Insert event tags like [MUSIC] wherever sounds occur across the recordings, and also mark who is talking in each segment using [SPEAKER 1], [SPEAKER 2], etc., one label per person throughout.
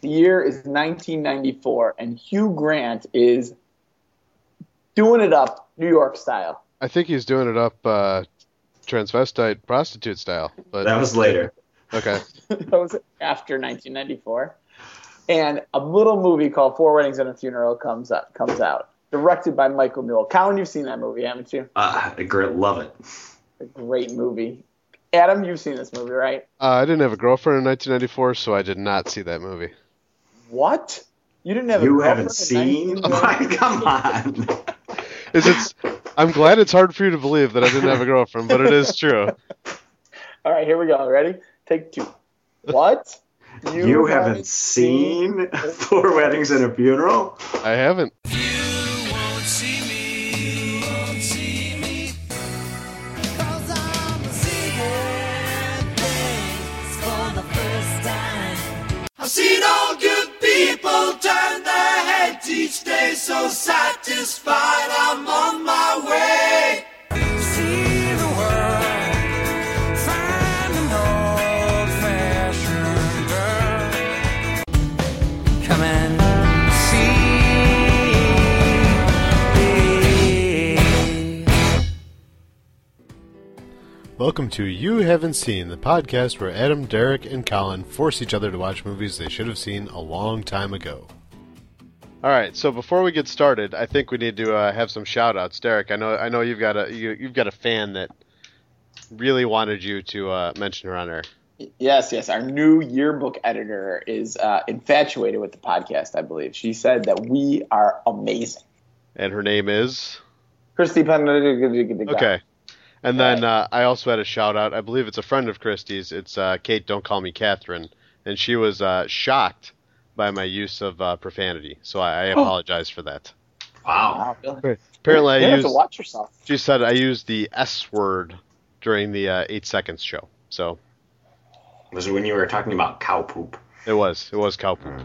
[SPEAKER 1] The year is 1994, and Hugh Grant is doing it up New York style. [LAUGHS]
[SPEAKER 2] I think he's doing it up uh, transvestite prostitute style. But
[SPEAKER 3] That was later.
[SPEAKER 2] okay,
[SPEAKER 1] that was after 1994. And a little movie called Four Weddings and a Funeral comes up, comes out, directed by Michael Newell. Colin, you've seen that movie, haven't you?
[SPEAKER 3] Ah, I gr- love it.
[SPEAKER 1] A great movie. Adam, you've seen this movie, right?
[SPEAKER 2] uh, I didn't have a girlfriend in 1994, so I did not see that movie.
[SPEAKER 1] What? You didn't have a
[SPEAKER 3] You
[SPEAKER 1] girlfriend in
[SPEAKER 3] haven't [LAUGHS] seen? Oh
[SPEAKER 1] 1994?
[SPEAKER 3] Why, come on.
[SPEAKER 2] Is it's? I'm glad it's hard for you to believe that I didn't have a girlfriend, but it is true.
[SPEAKER 1] All right, here we go. Ready? Take two. What?
[SPEAKER 3] [LAUGHS] You, haven't [LAUGHS] seen Four Weddings and a Funeral?
[SPEAKER 2] I haven't.
[SPEAKER 4] I've seen all good people turn their heads each day so satisfied I'm on my way. See the world, find an old fashioned girl. Come and see me.
[SPEAKER 5] Welcome to You Haven't Seen, the podcast where Adam, Derek, and Colin force each other to watch movies they should have seen a long time ago.
[SPEAKER 2] All right, so before we get started, I think we need to uh, have some shout outs. Derek, I know I know you've got a you, you've got a fan that really wanted you to uh, mention her on air.
[SPEAKER 1] Yes, yes. Our new yearbook editor is uh, infatuated with the podcast, I believe. She said that we are amazing.
[SPEAKER 2] And her name is
[SPEAKER 1] Christy Penn. uh,
[SPEAKER 2] Okay. And then uh, I also had a shout out. I believe it's a friend of Christie's. It's uh, Kate. Don't call me Catherine. And she was uh, shocked by my use of uh, profanity, so I, I apologize for that.
[SPEAKER 3] Wow.
[SPEAKER 1] Wow, really? you
[SPEAKER 2] Apparently, I
[SPEAKER 1] have to
[SPEAKER 2] used.
[SPEAKER 1] watch yourself.
[SPEAKER 2] She said I used the S word during the uh, eight seconds show. So
[SPEAKER 3] Was it when you were talking about cow poop?
[SPEAKER 2] it was it was cow poop.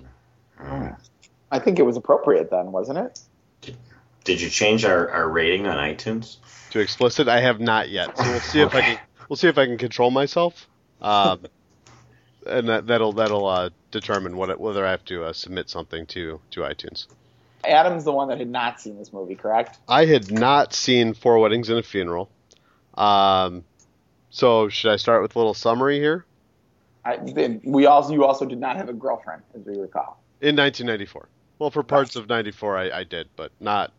[SPEAKER 1] I think it was appropriate then, wasn't it?
[SPEAKER 3] Did you change our, our rating on iTunes?
[SPEAKER 2] too explicit. I have not yet. So we'll see if I can.
[SPEAKER 3] Okay.
[SPEAKER 2] We'll see if I can control myself. Um, and that, that'll that'll uh, determine what it, whether I have to uh, submit something to to iTunes.
[SPEAKER 1] Adam's the one that had not seen this movie, correct?
[SPEAKER 2] I had not seen Four Weddings and a Funeral. Um, so should I start with a little summary here?
[SPEAKER 1] I, then we also you also did not have a girlfriend, as we recall. [LAUGHS]
[SPEAKER 2] In 1994. Well, for parts of 94, I, I did, but not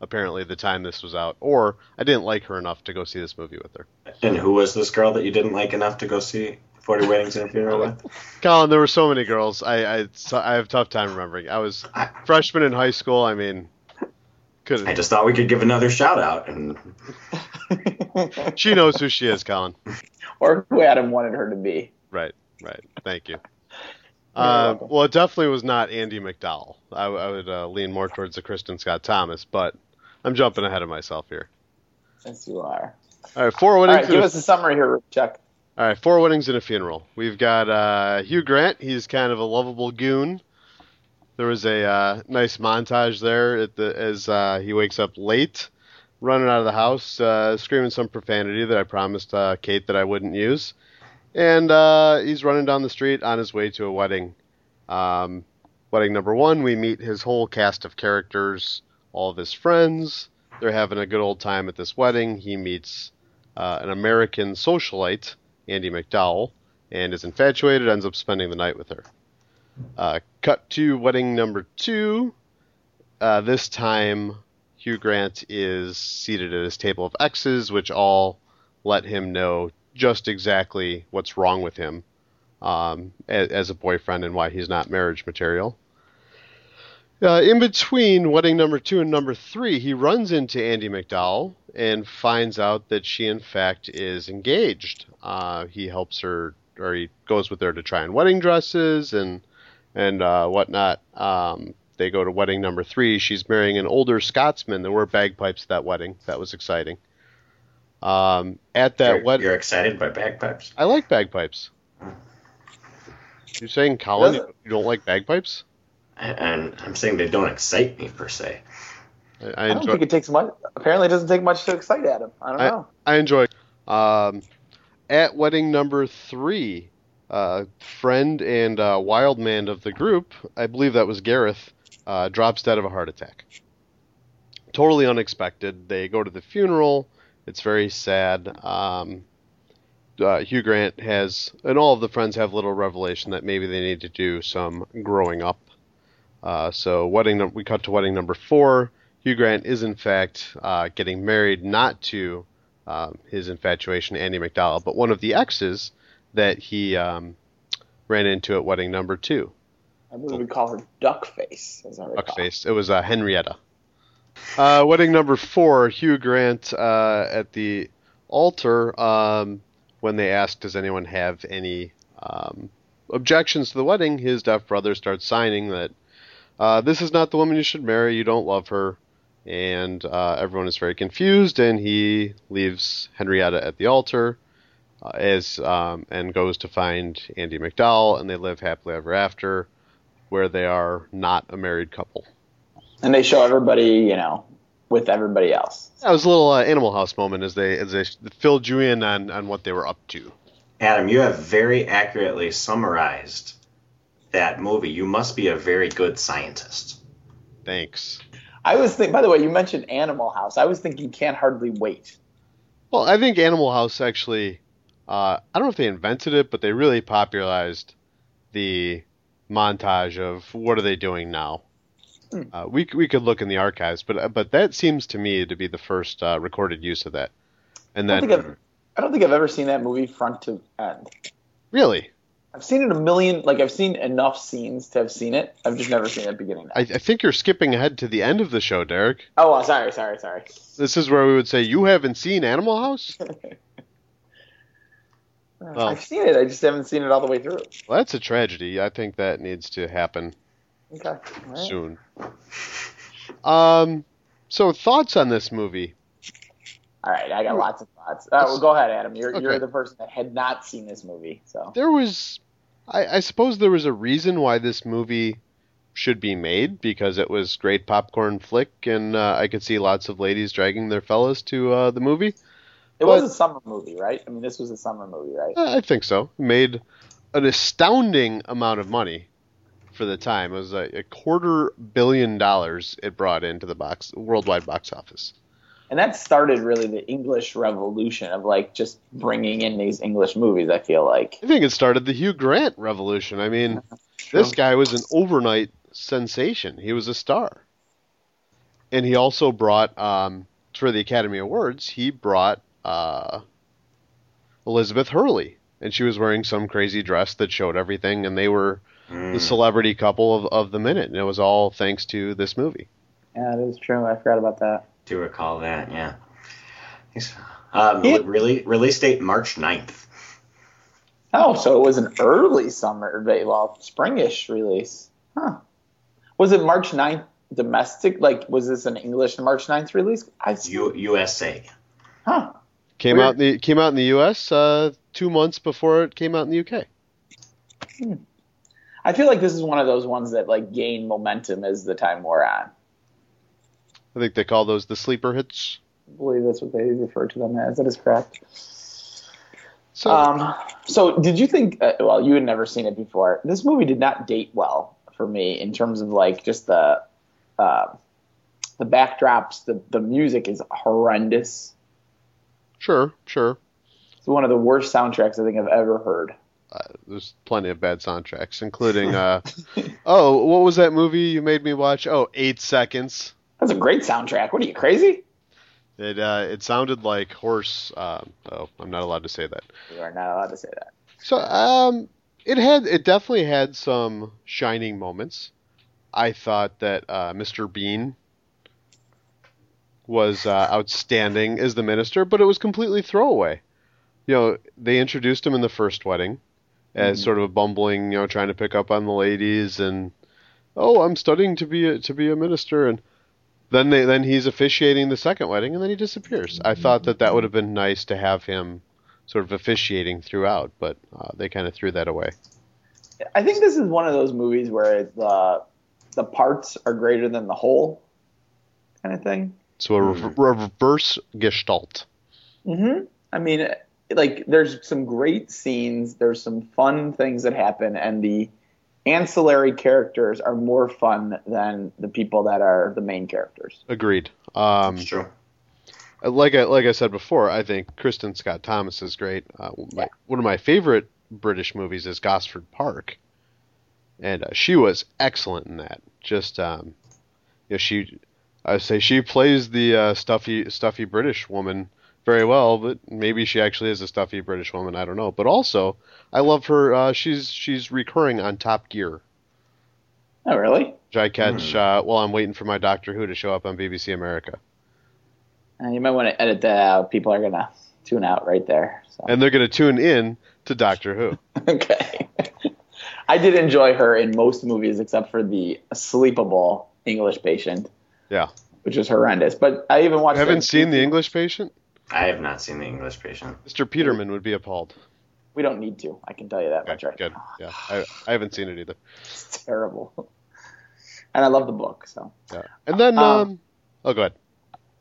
[SPEAKER 2] apparently the time this was out, or I didn't like her enough to go see this movie with her.
[SPEAKER 3] And who was this girl that you didn't like enough to go see Forty Weddings and a Funeral with?
[SPEAKER 2] Colin, there were so many girls. I I, so- I have a tough time remembering. I was freshman in high school. I mean,
[SPEAKER 3] I
[SPEAKER 2] could
[SPEAKER 3] just thought we could give another shout out. And
[SPEAKER 2] she knows who she is, Colin?
[SPEAKER 1] Or who Adam wanted her to be.
[SPEAKER 2] Right, right. Thank you.
[SPEAKER 1] You're
[SPEAKER 2] Uh,
[SPEAKER 1] welcome.
[SPEAKER 2] well, it definitely was not Andy McDowell. I, I would uh, lean more towards the Kristen Scott Thomas, but I'm jumping ahead of myself here.
[SPEAKER 1] Yes, you are.
[SPEAKER 2] All right, four
[SPEAKER 1] All
[SPEAKER 2] weddings.
[SPEAKER 1] right,
[SPEAKER 2] and
[SPEAKER 1] give
[SPEAKER 2] a-
[SPEAKER 1] us a summary here, Chuck.
[SPEAKER 2] All right, four weddings and a funeral. We've got uh, Hugh Grant. He's kind of a lovable goon. There was a uh, nice montage there at the, as uh, he wakes up late, running out of the house, uh, screaming some profanity that I promised uh, Kate that I wouldn't use, and uh, he's running down the street on his way to a wedding. Um, wedding number one. We meet his whole cast of characters, all of his friends. They're having a good old time at this wedding. He meets uh, an American socialite. Andy McDowell, and is infatuated, ends up spending the night with her. Uh, cut to wedding number two. Uh, this time, Hugh Grant is seated at his table of exes, which all let him know just exactly what's wrong with him um, as, as a boyfriend and why he's not marriage material. Uh, in between wedding number two and number three, he runs into Andy McDowell and finds out that she, in fact, is engaged. Uh, he helps her, or he goes with her to try on wedding dresses and and uh, whatnot. Um, they go to wedding number three. She's marrying an older Scotsman. There were bagpipes at that wedding. That was exciting. Um, at that
[SPEAKER 3] you're,
[SPEAKER 2] wedding,
[SPEAKER 3] you're excited by bagpipes?
[SPEAKER 2] I like bagpipes. You're saying, Colin,
[SPEAKER 1] Doesn't-
[SPEAKER 2] you don't like bagpipes?
[SPEAKER 3] And I'm saying they don't excite me per se.
[SPEAKER 2] I, I
[SPEAKER 1] I don't
[SPEAKER 2] enjoy.
[SPEAKER 1] think it takes much. Apparently, it doesn't take much to excite Adam. I don't know.
[SPEAKER 2] I enjoy. Um, at wedding number three, uh, friend and uh, wild man of the group, I believe that was Gareth, uh, drops dead of a heart attack. Totally unexpected. They go to the funeral. It's very sad. Um, uh, Hugh Grant has, and all of the friends have little revelation that maybe they need to do some growing up. Uh, so wedding num- we cut to wedding number four. Hugh Grant is in fact uh, getting married not to um, his infatuation Andy McDowell, but one of the exes that he um, ran into at wedding number two.
[SPEAKER 1] I believe we call her Duckface. As I recall.
[SPEAKER 2] Buckface. It was uh, Henrietta. Uh, wedding number four, Hugh Grant uh, at the altar um, when they ask, does anyone have any um, objections to the wedding? His deaf brother starts signing that uh, this is not the woman you should marry. You don't love her. And uh, everyone is very confused, and he leaves Henrietta at the altar uh, as um, and goes to find Andy McDowell, and they live happily ever after, where they are not a married couple.
[SPEAKER 1] And they show everybody, you know, with everybody else.
[SPEAKER 2] That was a little uh, Animal House moment as they as they filled you in on, on what they were up to.
[SPEAKER 3] Adam, you have very accurately summarized that movie. You must be a very good scientist.
[SPEAKER 2] Thanks.
[SPEAKER 1] I was thinking. By the way, you mentioned Animal House. I was thinking Can't Hardly Wait.
[SPEAKER 2] Well, I think Animal House actually, uh, I don't know if they invented it, but they really popularized the montage of what are they doing now. Uh, we c- we could look in the archives, but uh, but that seems to me to be the first uh, recorded use of that. And
[SPEAKER 1] I don't
[SPEAKER 2] then
[SPEAKER 1] think I've, I don't think I've ever seen that movie front to end.
[SPEAKER 2] really,
[SPEAKER 1] I've seen it a million. Like I've seen enough scenes to have seen it. I've just never seen it beginning. to
[SPEAKER 2] I, I
[SPEAKER 1] end.
[SPEAKER 2] think you're skipping ahead to the end of the show, Derek.
[SPEAKER 1] oh, well, sorry, sorry, sorry.
[SPEAKER 2] This is where we would say you haven't seen Animal House.
[SPEAKER 1] I've seen it. I just haven't seen it all the way through.
[SPEAKER 2] Well, that's a tragedy. I think that needs to happen
[SPEAKER 1] Okay. All right.
[SPEAKER 2] soon. Um, so thoughts on this movie?
[SPEAKER 1] All right, I got lots of thoughts. Uh, well, go ahead, Adam. You're,
[SPEAKER 2] Okay.
[SPEAKER 1] you're the person that had not seen this movie, so
[SPEAKER 2] There was, I, I suppose, there was a reason why this movie should be made because it was great popcorn flick, and uh, I could see lots of ladies dragging their fellas to uh, the movie.
[SPEAKER 1] it was a
[SPEAKER 2] But-
[SPEAKER 1] summer movie, right? I mean, this was a summer movie, right?
[SPEAKER 2] Uh, I think so. It made an astounding amount of money for the time. It was like a quarter billion dollars it brought into the box worldwide box office.
[SPEAKER 1] And that started really the English Revolution of like just bringing in these English movies. I feel like
[SPEAKER 2] I think it started the Hugh Grant revolution. I mean, this guy was an overnight sensation. He was a star, and he also brought um, for the Academy Awards. He brought uh, Elizabeth Hurley, and she was wearing some crazy dress that showed everything, and they were
[SPEAKER 3] Hmm,
[SPEAKER 1] Hmm.
[SPEAKER 2] the celebrity couple of, of the minute, and it was all thanks to this movie.
[SPEAKER 1] yeah, that is true. I forgot about that.
[SPEAKER 3] Do recall that, yeah. Thanks. Um,
[SPEAKER 1] Yeah.
[SPEAKER 3] Really, release date March 9th.
[SPEAKER 1] Oh, so it was an early summer, ba- well, springish release. Huh. Was it March 9th domestic? Like, was this an English March 9th release? I see.
[SPEAKER 3] U- USA.
[SPEAKER 1] Huh.
[SPEAKER 2] Came
[SPEAKER 1] Weird.
[SPEAKER 2] out in the came out in the U.S. Uh, two months before it came out in the U.K.
[SPEAKER 1] I feel like this is one of those ones that like gain momentum as the time wore on.
[SPEAKER 2] I think they call those the sleeper hits.
[SPEAKER 1] I believe that's what they refer to them as. That is correct.
[SPEAKER 2] So
[SPEAKER 1] Um, so, did you think? Uh, well, you had never seen it before. This movie did not date well for me in terms of like just the uh, the backdrops. The the music is horrendous.
[SPEAKER 2] sure, sure.
[SPEAKER 1] It's one of the worst soundtracks I think I've ever heard.
[SPEAKER 2] there's plenty of bad soundtracks, including uh, oh, what was that movie you made me watch? Oh, Eight Seconds.
[SPEAKER 1] That's a great soundtrack. What are you crazy?
[SPEAKER 2] It uh, it sounded like horse. Um, oh, I'm not allowed to say that.
[SPEAKER 1] You are not allowed to say that.
[SPEAKER 2] So um, it had it definitely had some shining moments. I thought that uh, Mr. Bean was uh, outstanding as the minister, but it was completely throwaway. You know, they introduced him in the first wedding as sort of a bumbling, you know, trying to pick up on the ladies, and oh, I'm studying to be a, to be a minister, and then they then he's officiating the second wedding, and then he disappears. I thought that that would have been nice to have him sort of officiating throughout, but uh, they kind of threw that away.
[SPEAKER 1] I think this is one of those movies where the the parts are greater than the whole kind of thing.
[SPEAKER 2] So a re- reverse gestalt.
[SPEAKER 1] Mm-hmm. I mean, like there's some great scenes, there's some fun things that happen, and the ancillary characters are more fun than the people that are the main characters.
[SPEAKER 2] Agreed. Um,
[SPEAKER 3] It's true.
[SPEAKER 2] like I like I said before, I think Kristen Scott Thomas is great. Uh, my, One of my favorite British movies is Gosford Park, and uh, she was excellent in that. Just um, you know, she, I would say she plays the uh, stuffy stuffy British woman very well, but maybe she actually is a stuffy British woman. I don't know. But also, I love her. Uh, she's she's recurring on Top Gear,
[SPEAKER 1] Oh, really?
[SPEAKER 2] which I catch uh, while I'm waiting for my Doctor Who to show up on BBC America.
[SPEAKER 1] Uh, you might want to edit that out. People are gonna tune out right there. So.
[SPEAKER 2] [LAUGHS] and they're going to tune in to Doctor Who.
[SPEAKER 1] okay. I did enjoy her in most movies except for the sleepable English patient,
[SPEAKER 2] Yeah.
[SPEAKER 1] which is horrendous. But I even watched.
[SPEAKER 2] Haven't seen The English Patient?
[SPEAKER 3] I have not seen the English patient.
[SPEAKER 2] Mr. Peterman would be appalled.
[SPEAKER 1] We don't need to. I can tell you that much
[SPEAKER 2] Okay,
[SPEAKER 1] right
[SPEAKER 2] good.
[SPEAKER 1] now. [LAUGHS] [SIGHS]
[SPEAKER 2] Yeah, I, I haven't seen it either.
[SPEAKER 1] It's terrible. And I love the book. So
[SPEAKER 2] Yeah. And then,
[SPEAKER 1] Um,
[SPEAKER 2] um, oh, go ahead.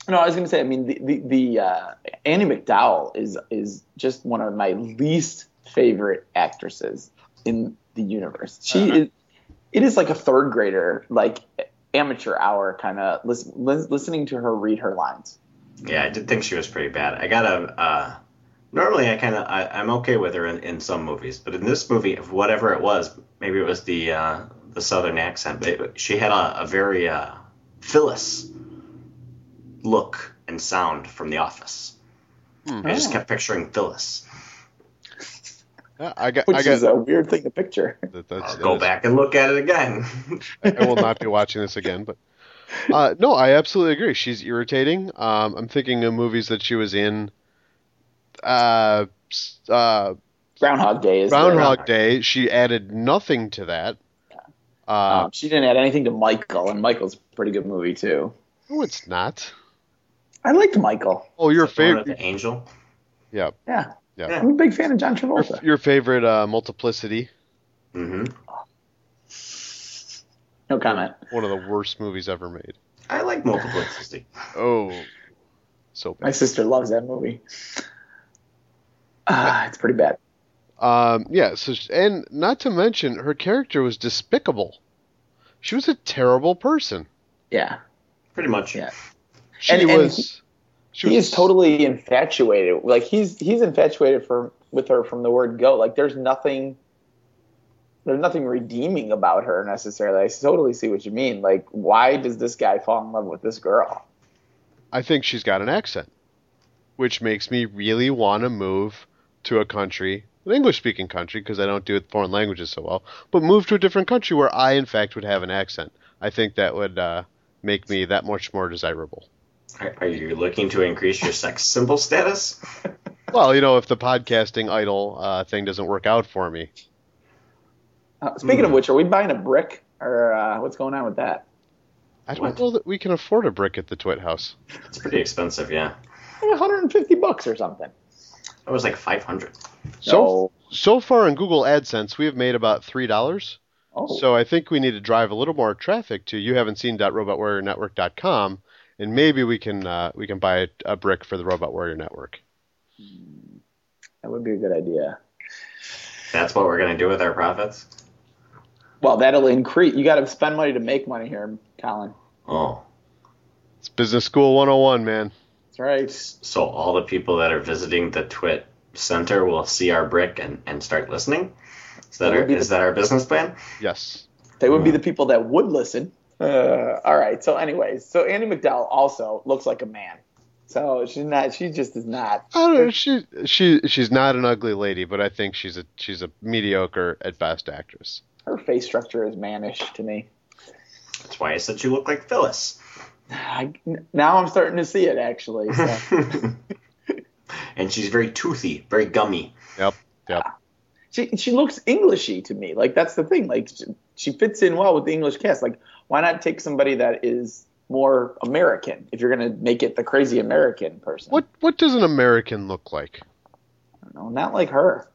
[SPEAKER 1] no, I was gonna say. I mean, the the, the uh, Annie McDowell is is just one of my least favorite actresses in the universe. She is. It is like a third grader, like amateur hour kind of listen, lis- listening to her read her lines.
[SPEAKER 3] Yeah, I did think she was pretty bad. I gotta. Uh, normally, I kind of I- I'm okay with her in, in some movies, but in this movie, if whatever it was, maybe it was the uh, the southern accent, but it, she had a, a very uh, Phyllis look and sound from The Office. I just kept picturing Phyllis.
[SPEAKER 2] Yeah, I got.
[SPEAKER 1] Which
[SPEAKER 2] I got.
[SPEAKER 1] is a weird thing to picture. [LAUGHS]
[SPEAKER 2] that- that's-
[SPEAKER 3] I'll
[SPEAKER 2] that
[SPEAKER 3] go
[SPEAKER 2] Oh, is-
[SPEAKER 3] back and look at it again.
[SPEAKER 2] I will not be watching this again. But uh, no, I absolutely agree. She's irritating. Um, I'm thinking of movies that she was in. Uh, s- uh,
[SPEAKER 1] Groundhog Day is.
[SPEAKER 2] Groundhog Day. She added nothing to that. Uh,
[SPEAKER 1] Um, she didn't add anything to Michael, and Michael's a pretty good movie too.
[SPEAKER 2] no, it's not.
[SPEAKER 1] I liked Michael.
[SPEAKER 2] Oh, your
[SPEAKER 3] The one with
[SPEAKER 2] favorite.
[SPEAKER 3] the angel.
[SPEAKER 2] Yeah.
[SPEAKER 1] Yeah.
[SPEAKER 2] Yeah.
[SPEAKER 1] I'm a big fan of John
[SPEAKER 2] Your, [LAUGHS]
[SPEAKER 1] Travolta.
[SPEAKER 2] your favorite uh, multiplicity,
[SPEAKER 3] hmm
[SPEAKER 1] No comment.
[SPEAKER 2] one of the worst movies ever made.
[SPEAKER 3] I like multiplicity.
[SPEAKER 2] Oh, so
[SPEAKER 1] My
[SPEAKER 2] bad.
[SPEAKER 1] sister loves that movie. Ah, it's pretty bad.
[SPEAKER 2] Um, yeah. So, sh- and not to mention, her character was despicable. She was a terrible person.
[SPEAKER 1] Yeah.
[SPEAKER 3] Pretty much.
[SPEAKER 1] Yeah.
[SPEAKER 2] She
[SPEAKER 1] And- and
[SPEAKER 2] was. she
[SPEAKER 1] He
[SPEAKER 2] was
[SPEAKER 1] is totally infatuated. Like he's he's infatuated for with her from the word go. Like there's nothing there's nothing redeeming about her necessarily. I totally see what you mean. Like why does this guy fall in love with this girl?
[SPEAKER 2] I think she's got an accent, which makes me really want to move to a country, an English speaking country, because I don't do foreign languages so well, but move to a different country where I, in fact, would have an accent. I think that would uh, make me that much more desirable.
[SPEAKER 3] Are, are you looking to increase your sex symbol status?
[SPEAKER 2] Well, you know, if the podcasting idol uh, thing doesn't work out for me,
[SPEAKER 1] Uh, speaking
[SPEAKER 2] Mm.
[SPEAKER 1] of which, are we buying a brick or uh, what's going on with that?
[SPEAKER 2] I don't
[SPEAKER 3] What?
[SPEAKER 2] know that we can afford a brick at the Twit House.
[SPEAKER 3] It's pretty expensive, yeah.
[SPEAKER 1] Like 150 bucks or something.
[SPEAKER 3] That was like 500.
[SPEAKER 2] So, so far in Google AdSense, we have made about three dollars.
[SPEAKER 1] Oh,
[SPEAKER 2] So I think we need to drive a little more traffic to you haven't seen robotwarriornetwork.com and maybe we can uh, we can buy a, a brick for the Robot Warrior Network.
[SPEAKER 1] that would be a good idea.
[SPEAKER 3] That's what we're gonna do with our profits.
[SPEAKER 1] Well, that'll increase. You got to spend money to make money here, Colin.
[SPEAKER 3] Oh,
[SPEAKER 2] It's Business School 101, man.
[SPEAKER 1] That's right.
[SPEAKER 3] so all the people that are visiting the Twit Center will see our brick and, and start listening. Is that
[SPEAKER 1] That would
[SPEAKER 3] our,
[SPEAKER 1] be
[SPEAKER 3] is that our business plan?
[SPEAKER 2] Yes.
[SPEAKER 1] They would be the people that would listen. Uh, all right. So, anyways, so Andy McDowell also looks like a man. So she's not. She just is not.
[SPEAKER 2] I don't know. She she she's not an ugly lady, but I think she's a she's a mediocre at best actress.
[SPEAKER 1] Her face structure is mannish to me.
[SPEAKER 3] That's why I said you look like Phyllis.
[SPEAKER 1] I, now I'm starting to see it actually.
[SPEAKER 3] [LAUGHS]
[SPEAKER 1] So.
[SPEAKER 3] and she's very toothy,
[SPEAKER 1] [LAUGHS]
[SPEAKER 3] very gummy.
[SPEAKER 2] Yep. Yep.
[SPEAKER 1] she she looks Englishy to me. Like that's the thing. Like she, she fits in well with the English cast. Like why not take somebody that is more American if you're gonna make it the crazy American person?
[SPEAKER 2] What what does an American look like?
[SPEAKER 1] No, not like her.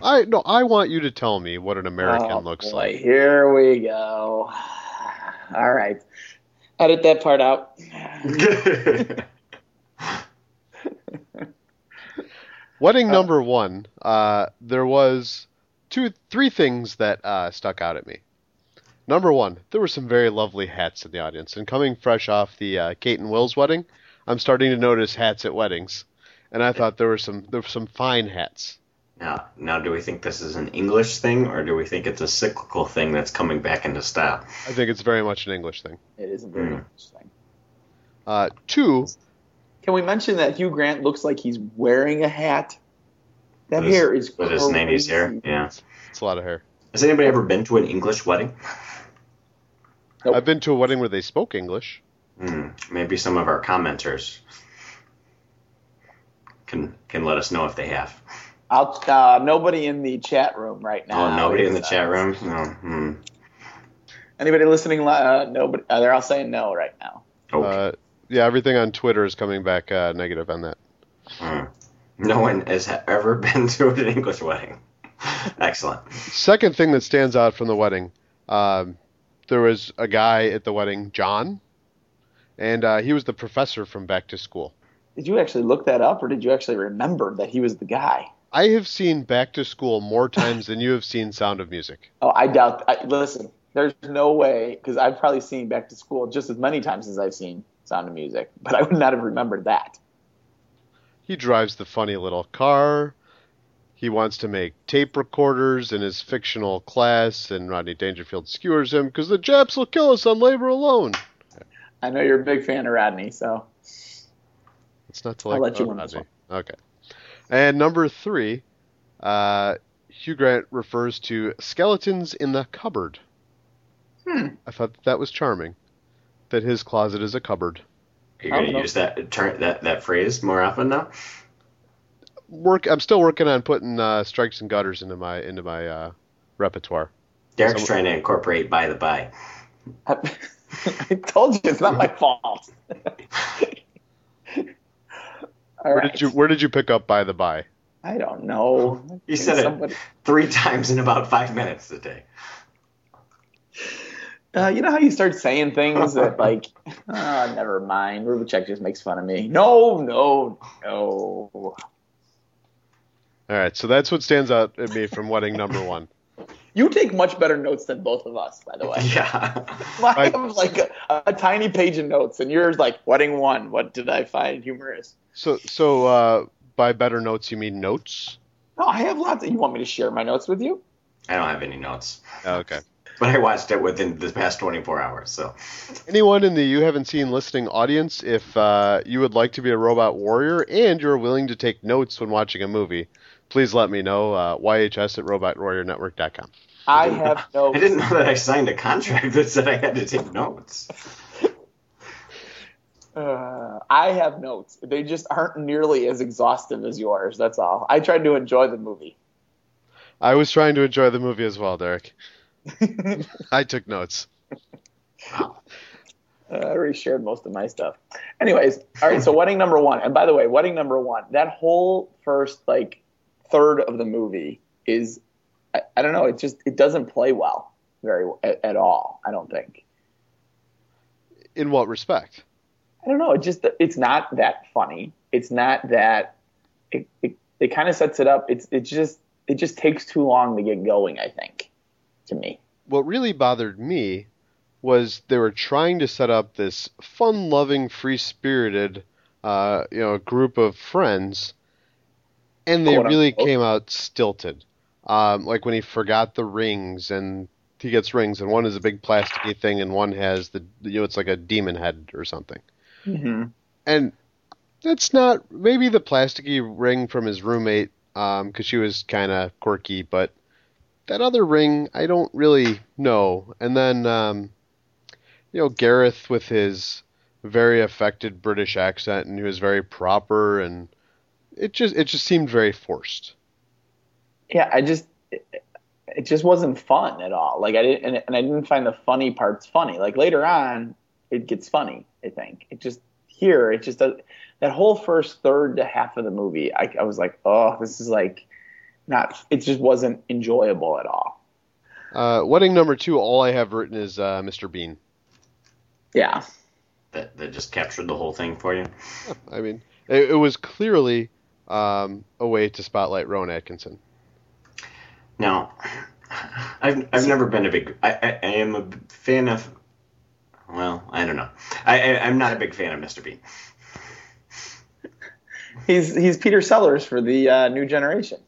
[SPEAKER 2] I no, I want you to tell me what an American
[SPEAKER 1] Oh,
[SPEAKER 2] looks
[SPEAKER 1] boy,
[SPEAKER 2] like.
[SPEAKER 1] Here we go. All right, edit that part out.
[SPEAKER 3] I
[SPEAKER 2] Wedding number one. Uh, there was two, three things that uh, stuck out at me. Number one, there were some very lovely hats in the audience, and coming fresh off the uh, Kate and Will's wedding, I'm starting to notice hats at weddings, and I thought there were some there were some fine hats.
[SPEAKER 3] Now, now, do we think this is an English thing, or do we think it's a cyclical thing that's coming back into style?
[SPEAKER 2] I think it's very much an English thing.
[SPEAKER 1] It is a very
[SPEAKER 3] Hmm.
[SPEAKER 1] interesting.
[SPEAKER 2] Uh, two,
[SPEAKER 1] Can we mention that Hugh Grant looks like he's wearing a hat? That
[SPEAKER 3] With his-
[SPEAKER 1] hair is
[SPEAKER 3] With his
[SPEAKER 1] crazy.
[SPEAKER 3] '90s hair, yeah.
[SPEAKER 2] it's a lot of hair.
[SPEAKER 3] Has anybody ever been to an English wedding?
[SPEAKER 1] Nope.
[SPEAKER 2] I've been to a wedding where they spoke English.
[SPEAKER 3] Hmm, maybe some of our commenters can can let us know if they have.
[SPEAKER 1] I'll, uh, nobody in the chat room right now.
[SPEAKER 3] oh, nobody in the
[SPEAKER 1] is, uh,
[SPEAKER 3] chat room. No. Hmm.
[SPEAKER 1] Anybody listening? li- Uh, nobody. Uh, they're all saying no right now.
[SPEAKER 3] Oh,
[SPEAKER 2] Uh, yeah, everything on Twitter is coming back uh, negative on that.
[SPEAKER 3] hmm. No one has ever [LAUGHS] been to an English wedding.
[SPEAKER 1] [LAUGHS]
[SPEAKER 3] Excellent.
[SPEAKER 2] Second thing that stands out from the wedding, um, there was a guy at the wedding, John, and uh, he was the professor from Back to School.
[SPEAKER 1] Did you actually look that up, or did you actually remember that he was the guy?
[SPEAKER 2] I have seen Back to School more times than you have seen Sound of Music.
[SPEAKER 1] Oh, I doubt. I, listen, there's no way because I've probably seen Back to School just as many times as I've seen Sound of Music, but I would not have remembered that.
[SPEAKER 2] He drives the funny little car. He wants to make tape recorders in his fictional class, and Rodney Dangerfield skewers him because the Japs will kill us on labor alone.
[SPEAKER 1] I know you're a big fan of Rodney, so [LAUGHS]
[SPEAKER 2] It's not to
[SPEAKER 1] I'll
[SPEAKER 2] like
[SPEAKER 1] let you
[SPEAKER 2] oh,
[SPEAKER 1] win this
[SPEAKER 2] Rodney. Okay. And number three, uh, Hugh Grant refers to skeletons in the cupboard. Hmm. I thought that was charming. That his closet is a cupboard.
[SPEAKER 3] Are you
[SPEAKER 1] I don't
[SPEAKER 3] going to
[SPEAKER 1] know.
[SPEAKER 3] use that turn that, that phrase more often now?
[SPEAKER 2] Work. I'm still working on putting uh, strikes and gutters into my into my uh, repertoire.
[SPEAKER 3] Derek's trying to incorporate by the by.
[SPEAKER 1] I, told you it's not my fault. [LAUGHS] All
[SPEAKER 2] Where
[SPEAKER 1] right.
[SPEAKER 2] did you Where did you pick up by the by?
[SPEAKER 1] I don't know.
[SPEAKER 3] You said it.
[SPEAKER 1] Somebody-
[SPEAKER 3] Three [LAUGHS] times in about five minutes today.
[SPEAKER 1] Uh, you know how you start saying things
[SPEAKER 3] [LAUGHS]
[SPEAKER 1] that like, oh, never mind. Rubicek just makes fun of me. No, no, no.
[SPEAKER 2] All right. So that's what stands out at me from wedding number one.
[SPEAKER 1] You take much better notes than both of us, by the way.
[SPEAKER 3] [LAUGHS] Yeah.
[SPEAKER 1] I
[SPEAKER 2] I-
[SPEAKER 1] have [LAUGHS] like a, a tiny page of notes, and yours like wedding one. What did I find humorous?
[SPEAKER 2] So so uh, by better notes you
[SPEAKER 1] [LAUGHS]
[SPEAKER 2] mean notes?
[SPEAKER 1] No, I have lots. Of, you want me to share my notes with you?
[SPEAKER 3] I don't have any notes,
[SPEAKER 2] Oh, okay.
[SPEAKER 3] but I watched it within the past 24 hours. So
[SPEAKER 2] Anyone in the you haven't seen listening audience, if uh, you would like to be a robot warrior and you're willing to take notes when watching a movie, please let me know. Uh, YHS at robotwarriornetwork.com.
[SPEAKER 1] I have
[SPEAKER 3] I
[SPEAKER 1] notes.
[SPEAKER 3] didn't know that I signed a contract that said I had to take notes.
[SPEAKER 1] Uh, I have notes. They just aren't nearly as exhaustive as yours. That's all. I tried to enjoy the movie.
[SPEAKER 2] I was trying to enjoy the movie as well, Derek. I took notes.
[SPEAKER 1] Uh, I already shared most of my stuff. Anyways, all right. So wedding number one, and by the way, wedding number one, that whole first like third of the movie is, I, I don't know, it just it doesn't play well very at, at all. I don't think.
[SPEAKER 2] In what respect?
[SPEAKER 1] I don't know. It just it's not that funny. It's not that it it, it kind of sets it up. It's it just it just takes too long to get going. I think, to me.
[SPEAKER 2] What really bothered me was they were trying to set up this fun-loving, free-spirited, uh, you know, group of friends, and they
[SPEAKER 1] Quote,
[SPEAKER 2] really
[SPEAKER 1] unquote.
[SPEAKER 2] came out stilted. Um, like when he forgot the rings, and he gets rings, and one is a big plasticky thing, and one has the you know, it's like a demon head or something.
[SPEAKER 1] Mm-hmm.
[SPEAKER 2] And that's not maybe the plasticky ring from his roommate, because she was kind of quirky, but that other ring, I don't really know. And then, um, you know, Gareth with his very affected British accent, and he was very proper, and it just it just seemed very forced.
[SPEAKER 1] yeah i just it, it just wasn't fun at all like i didn't and, and i didn't find the funny parts funny like later on it gets funny i think it just here it just does that whole first third to half of the movie i, I was like oh this is like not it just wasn't enjoyable at all
[SPEAKER 2] Uh, wedding number two, all I have written is uh, Mr. Bean.
[SPEAKER 1] yeah
[SPEAKER 3] That that just captured the whole thing for you.
[SPEAKER 2] I mean, it, it was clearly um, a way to spotlight Rowan Atkinson.
[SPEAKER 3] Now, I've I've never been a big. I, I, I am a fan of. Well, I don't know. I, I I'm not a big fan of Mr. Bean.
[SPEAKER 1] He's he's Peter Sellers for the uh, new generation.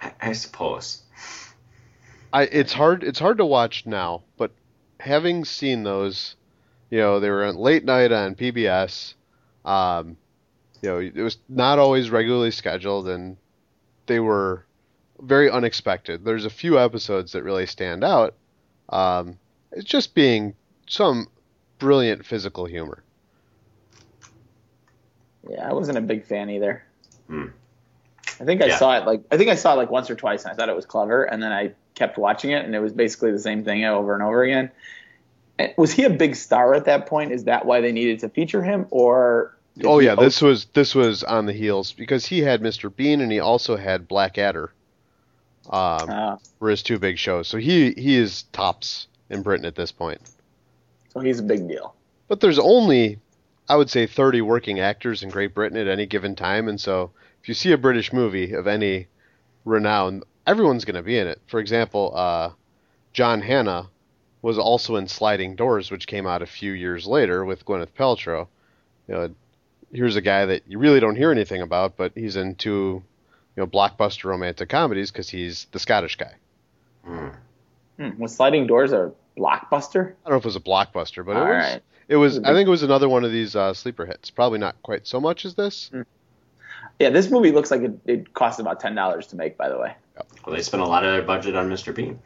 [SPEAKER 3] I, I suppose.
[SPEAKER 2] I it's hard it's hard to watch now, but having seen those, you know, they were on late night on PBS. Um, you know, it was not always regularly scheduled, and they were very unexpected. There's a few episodes that really stand out. Um, it's just being some brilliant physical humor.
[SPEAKER 1] Yeah, I wasn't a big fan either.
[SPEAKER 3] Hmm.
[SPEAKER 1] I think I
[SPEAKER 3] Yeah.
[SPEAKER 1] saw it like I think I saw it like once or twice, and I thought it was clever, and then I kept watching it, and it was basically the same thing over and over again. And was he a big star at that point? Is that why they needed to feature him, or? did
[SPEAKER 2] Oh
[SPEAKER 1] he
[SPEAKER 2] yeah,
[SPEAKER 1] open-
[SPEAKER 2] this was this was on the heels because he had Mr. Bean and he also had Blackadder. Um,
[SPEAKER 1] Uh,
[SPEAKER 2] were his two big shows. So he he is tops in Britain at this point.
[SPEAKER 1] so he's a big deal.
[SPEAKER 2] But there's only, I would say, 30 working actors in Great Britain at any given time. And so if you see a British movie of any renown, everyone's going to be in it. For example, uh, John Hannah was also in Sliding Doors, which came out a few years later with Gwyneth Paltrow. You know, here's a guy that you really don't hear anything about, but he's in two, you know, blockbuster romantic comedies because he's the Scottish guy.
[SPEAKER 3] Hmm.
[SPEAKER 1] Hmm, was Sliding Doors a blockbuster?
[SPEAKER 2] I don't know if it was a blockbuster, but it
[SPEAKER 1] All
[SPEAKER 2] was.
[SPEAKER 1] right. Mm-hmm.
[SPEAKER 2] It was.
[SPEAKER 1] It was
[SPEAKER 2] I think it was another one of these uh, sleeper hits. Probably not quite so much as this.
[SPEAKER 1] Mm-hmm. Yeah, this movie looks like it, it cost about ten dollars to make. By the way,
[SPEAKER 3] Well, they spent a lot of their budget on Mr. Bean.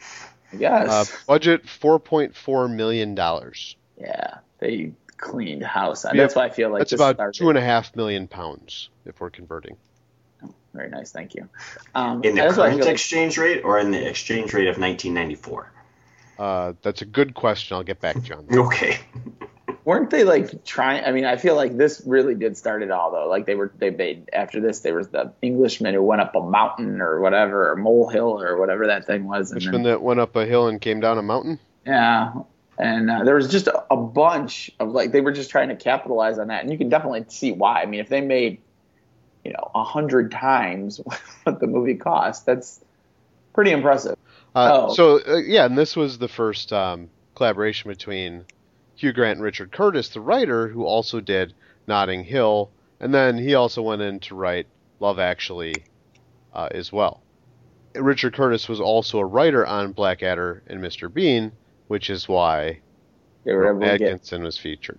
[SPEAKER 1] yes,
[SPEAKER 2] Uh, budget four point four million dollars.
[SPEAKER 1] yeah, they cleaned house.
[SPEAKER 2] Yeah,
[SPEAKER 1] that's why I feel like
[SPEAKER 2] That's
[SPEAKER 1] this
[SPEAKER 2] about
[SPEAKER 1] started-
[SPEAKER 2] two and a half million pounds if we're converting.
[SPEAKER 1] Very nice, thank you. Um,
[SPEAKER 3] In the
[SPEAKER 1] that's why I
[SPEAKER 3] current
[SPEAKER 1] feel like-
[SPEAKER 3] exchange rate or in the exchange rate of 1994?
[SPEAKER 2] Uh, that's a good question. I'll get back to you on that.
[SPEAKER 3] Okay.
[SPEAKER 1] weren't they like trying i mean i feel like this really did start it all though like they were they made after this there was the englishman who went up a mountain or whatever or molehill or whatever that thing was and
[SPEAKER 2] Which
[SPEAKER 1] then-
[SPEAKER 2] one that went up a hill and came down a mountain?
[SPEAKER 1] yeah and uh, there was just a, a bunch of like they were just trying to capitalize on that and you can definitely see why i mean if they made you know a hundred times [LAUGHS] what the movie cost that's pretty impressive
[SPEAKER 2] Uh,
[SPEAKER 1] Oh.
[SPEAKER 2] So uh, yeah, and this was the first um, collaboration between Hugh Grant and Richard Curtis, the writer, who also did Notting Hill, and then he also went in to write Love Actually uh, as well. Richard Curtis was also a writer on Blackadder and Mr. Bean, which is why
[SPEAKER 1] they were able to get
[SPEAKER 2] Atkinson was featured.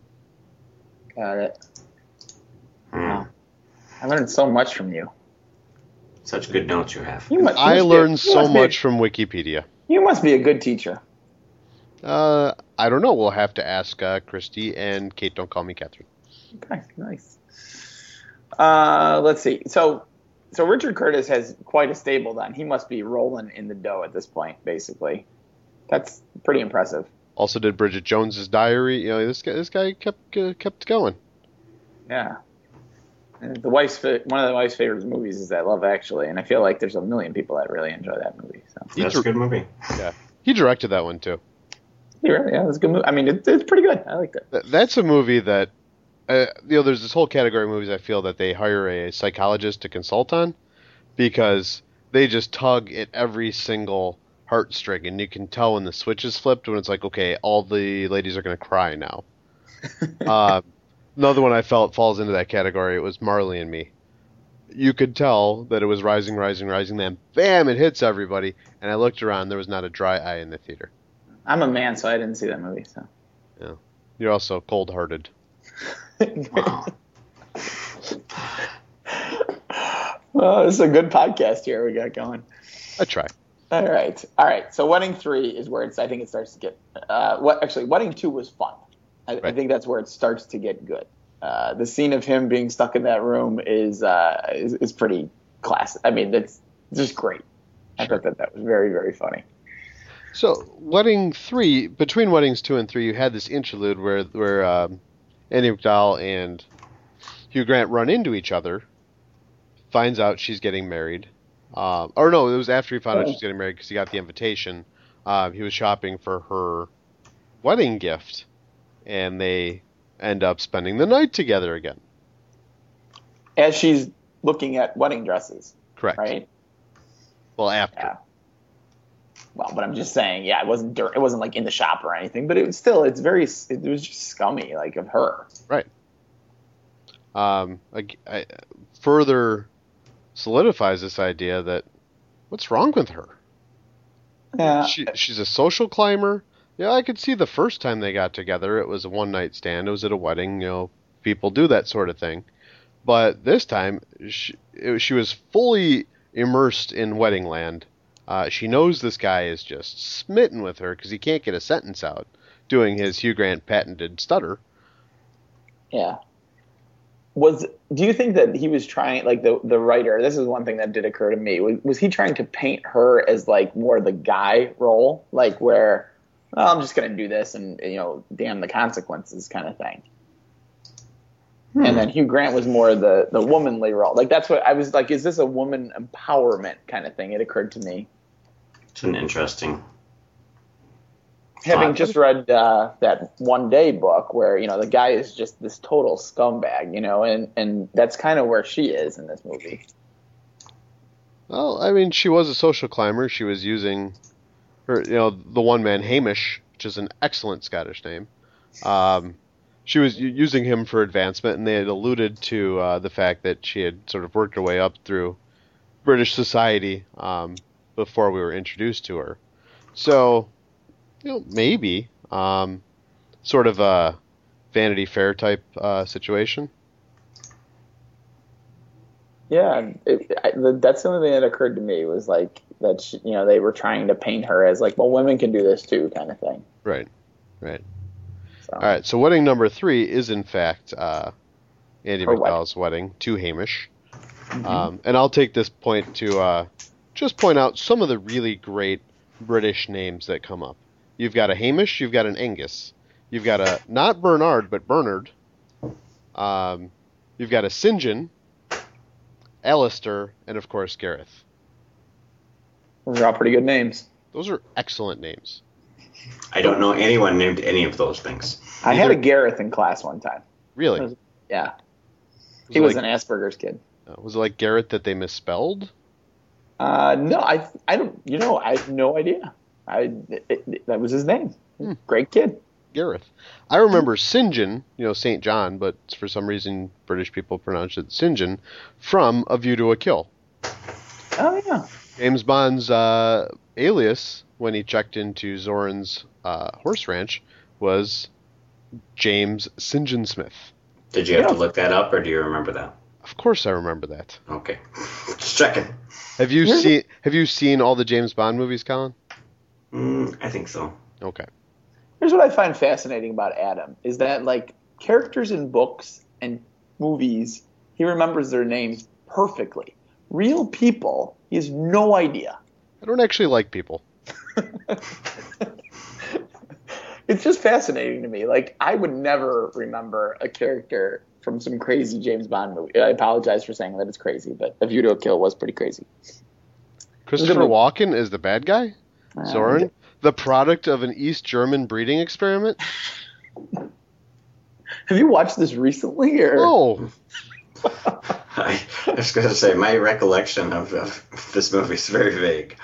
[SPEAKER 1] got it
[SPEAKER 3] Hmm.
[SPEAKER 1] i learned so much from you
[SPEAKER 3] Such good notes you have.
[SPEAKER 1] you must, you must
[SPEAKER 2] I
[SPEAKER 1] be a-
[SPEAKER 2] learned
[SPEAKER 1] you
[SPEAKER 2] so
[SPEAKER 1] must be a-
[SPEAKER 2] much from Wikipedia.
[SPEAKER 1] you must be a good teacher
[SPEAKER 2] Uh, I don't know. We'll have to ask uh, Christy and Kate. Don't call me Catherine.
[SPEAKER 1] Okay, nice. Uh, let's see. So, so Richard Curtis has quite a stable. Then he must be rolling in the dough at this point. Basically, that's pretty impressive.
[SPEAKER 2] Also did Bridget Jones's Diary. You know, this guy, this guy kept kept going.
[SPEAKER 1] Yeah. And the wife's fa- one of the wife's favorite movies is that Love Actually, and I feel like there's a million people that really enjoy that movie. So
[SPEAKER 3] That's a good movie.
[SPEAKER 2] He directed that one too.
[SPEAKER 1] yeah, really, yeah, it's a good movie. I mean, it, it's pretty good. I liked it.
[SPEAKER 2] Th- that's a movie that uh, you know. There's this whole category of movies I feel that they hire a psychologist to consult on because they just tug at every single heartstring, and you can tell when the switch is flipped when it's like, okay, all the ladies are going to cry now. uh, another one I felt falls into that category. It was Marley and Me. You could tell that it was rising, rising, rising. Then, bam! It hits everybody, and I looked around. There was not a dry eye in the theater.
[SPEAKER 1] I'm a man, so I didn't see that movie. [LAUGHS] So
[SPEAKER 2] You're also cold-hearted.
[SPEAKER 3] Wow.
[SPEAKER 1] oh, this is a good podcast here we got going.
[SPEAKER 2] I try.
[SPEAKER 1] All right, all right. So wedding three is where it's. I think it starts to get. Uh, what actually, wedding two was fun. I, I
[SPEAKER 2] Right.
[SPEAKER 1] think that's where it starts to get good. Uh, the scene of him being stuck in that room is uh, is, is pretty classic. I mean, that's just great. I thought that that was very very funny.
[SPEAKER 2] So, wedding three between weddings two and three, you had this interlude where where um, Annie McDowell and Hugh Grant run into each other, finds out she's getting married. Um, or no, it was after he found out she's getting married because he got the invitation. Um, he was shopping for her wedding gift, and they end up spending the night together again.
[SPEAKER 1] As she's looking at wedding dresses,
[SPEAKER 2] Correct.
[SPEAKER 1] right?
[SPEAKER 2] Well, after.
[SPEAKER 1] Yeah. Well, but I'm just saying, yeah, it wasn't dirt. It wasn't like in the shop or anything, but it was still. It's very. It was just scummy, like of her.
[SPEAKER 2] um, ag- I, further solidifies this idea that what's wrong with her?
[SPEAKER 1] Yeah.
[SPEAKER 2] She, she's a social climber. Yeah, I could see the first time they got together, it was a one night stand. It was at a wedding. You know, people do that sort of thing. But this time, she, it, she was fully immersed in wedding land. Uh, she knows this guy is just smitten with her because he can't get a sentence out doing his Hugh Grant patented stutter.
[SPEAKER 1] Yeah. Was do you think that he was trying like the the writer? This is one thing that did occur to me. Was, was he trying to paint her as like more the guy role, like where well, I'm just going to do this and you know damn the consequences kind of thing. And then Hugh Grant was more the the womanly role. Like that's what I was like. Is this a woman empowerment kind of thing? It occurred to me.
[SPEAKER 3] It's an interesting.
[SPEAKER 1] having
[SPEAKER 3] Fine.
[SPEAKER 1] just read uh, that one day book where you know the guy is just this total scumbag you know and and that's kind of where she is in this movie
[SPEAKER 2] Well, I mean, she was a social climber. She was using her, you know, the one man Hamish, which is an excellent Scottish name. Um, she was u- using him for advancement, and they had alluded to uh, the fact that she had sort of worked her way up through British society um, before we were introduced to her. So, you know, maybe um, sort of a Vanity Fair type uh, situation.
[SPEAKER 1] yeah and it, I, the, that's the only thing that occurred to me was like that she, you know they were trying to paint her as like well women can do this too kind of thing
[SPEAKER 2] Right, right.
[SPEAKER 1] so
[SPEAKER 2] All right, so wedding number three is in fact uh, Andy
[SPEAKER 1] Her
[SPEAKER 2] McDowell's wedding to Hamish, um, and I'll take this point to uh, just point out some of the really great British names that come up. You've got a Hamish, you've got an Angus, you've got a not Bernard but Bernard, um, you've got a St John, Alistair, and of course Gareth.
[SPEAKER 1] those are all pretty good names
[SPEAKER 2] Those are excellent names.
[SPEAKER 3] I don't know anyone named any of those things.
[SPEAKER 1] i had a
[SPEAKER 2] Neither-
[SPEAKER 1] gareth in class one time
[SPEAKER 2] Really,
[SPEAKER 1] Was
[SPEAKER 2] was,
[SPEAKER 1] yeah he
[SPEAKER 2] it
[SPEAKER 1] was
[SPEAKER 2] like,
[SPEAKER 1] an asperger's kid
[SPEAKER 2] uh, was it like Garrett that they misspelled?
[SPEAKER 1] Uh, no, I, I don't. You know, I have no idea. I it, it- that was his name.
[SPEAKER 2] Hmm.
[SPEAKER 1] Great kid.
[SPEAKER 2] Gareth. I remember St. John, you know, St. John, but for some reason British people pronounce it St. John, from A View to a Kill.
[SPEAKER 1] Oh yeah.
[SPEAKER 2] James Bond's uh, alias when he checked into Zorin's uh, horse ranch was James St. John Smith.
[SPEAKER 3] Did you have to
[SPEAKER 1] Yeah.
[SPEAKER 3] look that up, or do you remember that?
[SPEAKER 2] Of course I remember that.
[SPEAKER 3] Okay, just checking.
[SPEAKER 2] Have you
[SPEAKER 1] Really?
[SPEAKER 2] seen have you seen all the James Bond movies, Colin?
[SPEAKER 3] Mm, I think so. [LAUGHS]
[SPEAKER 2] Okay.
[SPEAKER 1] Here's what I find fascinating about Adam is that like characters in books and movies, he remembers their names perfectly. Real people, he has no idea.
[SPEAKER 2] I don't actually like people.
[SPEAKER 1] It's just fascinating to me. Like I would never remember a character from some crazy James Bond movie. I apologize for saying that it's crazy, but A View to a Kill was pretty crazy.
[SPEAKER 2] Christopher
[SPEAKER 1] movie.
[SPEAKER 2] Walken is the bad guy?
[SPEAKER 1] Uh,
[SPEAKER 2] Zorin? The product of an East German breeding experiment?
[SPEAKER 1] Have you watched this recently? Or?
[SPEAKER 2] No.
[SPEAKER 3] I, I was going to say my recollection of, of this movie is very vague.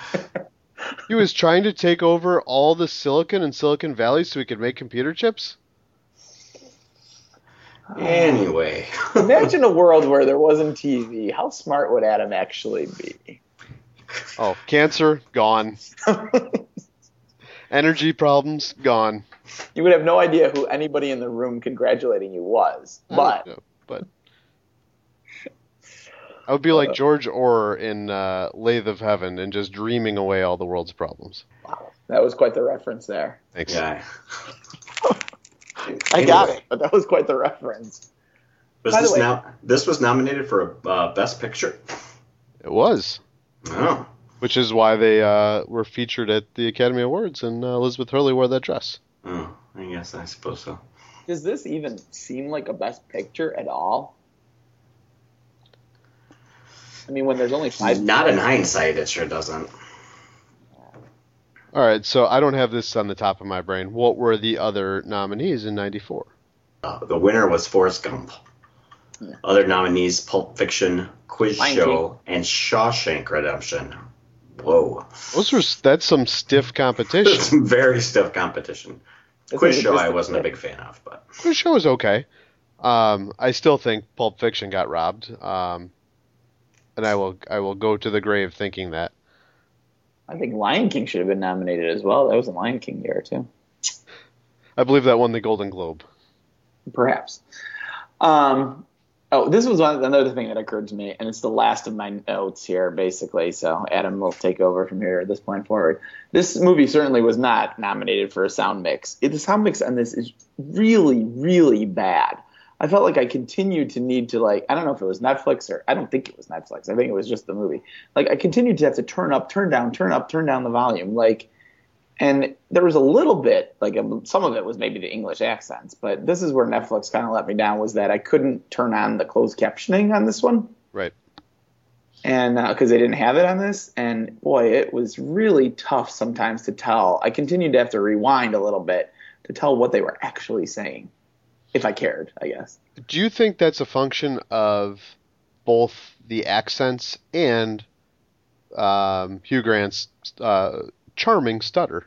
[SPEAKER 2] He was trying to take over all the silicon in Silicon Valley so he could make computer chips?
[SPEAKER 1] Uh, [LAUGHS]
[SPEAKER 3] Anyway,
[SPEAKER 1] Imagine a world where there wasn't TV. How smart would Adam actually be?
[SPEAKER 2] Oh, cancer, gone. Energy problems, gone.
[SPEAKER 1] You would have no idea who anybody in the room congratulating you was. But
[SPEAKER 2] I but I would be like George Orr in uh, Lathe of Heaven and just dreaming away all the world's problems.
[SPEAKER 1] that was quite the reference there.
[SPEAKER 2] Thanks.
[SPEAKER 3] [LAUGHS] yeah.
[SPEAKER 1] I got
[SPEAKER 3] Anyway,
[SPEAKER 1] it, but that was quite the reference.
[SPEAKER 3] Was
[SPEAKER 1] By the
[SPEAKER 3] this
[SPEAKER 1] way-
[SPEAKER 3] now? This was nominated for a uh, best picture.
[SPEAKER 2] It was,
[SPEAKER 3] Oh,
[SPEAKER 2] which is why they uh, were featured at the Academy Awards and uh, Elizabeth Hurley wore that dress.
[SPEAKER 3] oh, I guess I suppose so.
[SPEAKER 1] Does this even seem like a best picture at all? I mean, when there's only five.
[SPEAKER 3] Not in hindsight, it sure doesn't.
[SPEAKER 2] All right, so I don't have this on the top of my brain. What were the other nominees in '94?
[SPEAKER 3] Uh, the winner was Forrest Gump. Other nominees: Pulp Fiction, Quiz
[SPEAKER 1] Lion
[SPEAKER 3] Show, and Shawshank Redemption. Whoa,
[SPEAKER 2] Those were that's some stiff
[SPEAKER 3] That's
[SPEAKER 2] competition.
[SPEAKER 3] some [LAUGHS] very stiff competition.
[SPEAKER 1] This
[SPEAKER 3] Quiz
[SPEAKER 1] is
[SPEAKER 3] Show,
[SPEAKER 1] just-
[SPEAKER 3] I wasn't a big fan of, but
[SPEAKER 2] the show was okay. Um, I still think Pulp Fiction got robbed. Um, and I will I will go to the grave thinking that.
[SPEAKER 1] I think Lion King should have been nominated as well. That was a Lion King year too,
[SPEAKER 2] I believe that won the Golden Globe.
[SPEAKER 1] perhaps. Um, oh, this was one, another thing that occurred to me, and it's the last of my notes here, basically. So Adam will take over from here at this point forward. This movie certainly was not nominated for a sound mix. It, the sound mix on this is really, really bad. I felt like I continued to need to like I don't know if it was Netflix or I don't think it was Netflix. I think it was just the movie. Like I continued to have to turn up, turn down, turn up, turn down the volume. Like and there was a little bit like um, some of it was maybe the english accents but this is where netflix kind of let me down was that i couldn't turn on the closed captioning on this one
[SPEAKER 2] Right.
[SPEAKER 1] and because they didn't have it on this and boy it was really tough sometimes to tell i continued to have to rewind a little bit to tell what they were actually saying if i cared i guess
[SPEAKER 2] Do you think that's a function of both the accents and um, Hugh Grant's uh, charming stutter?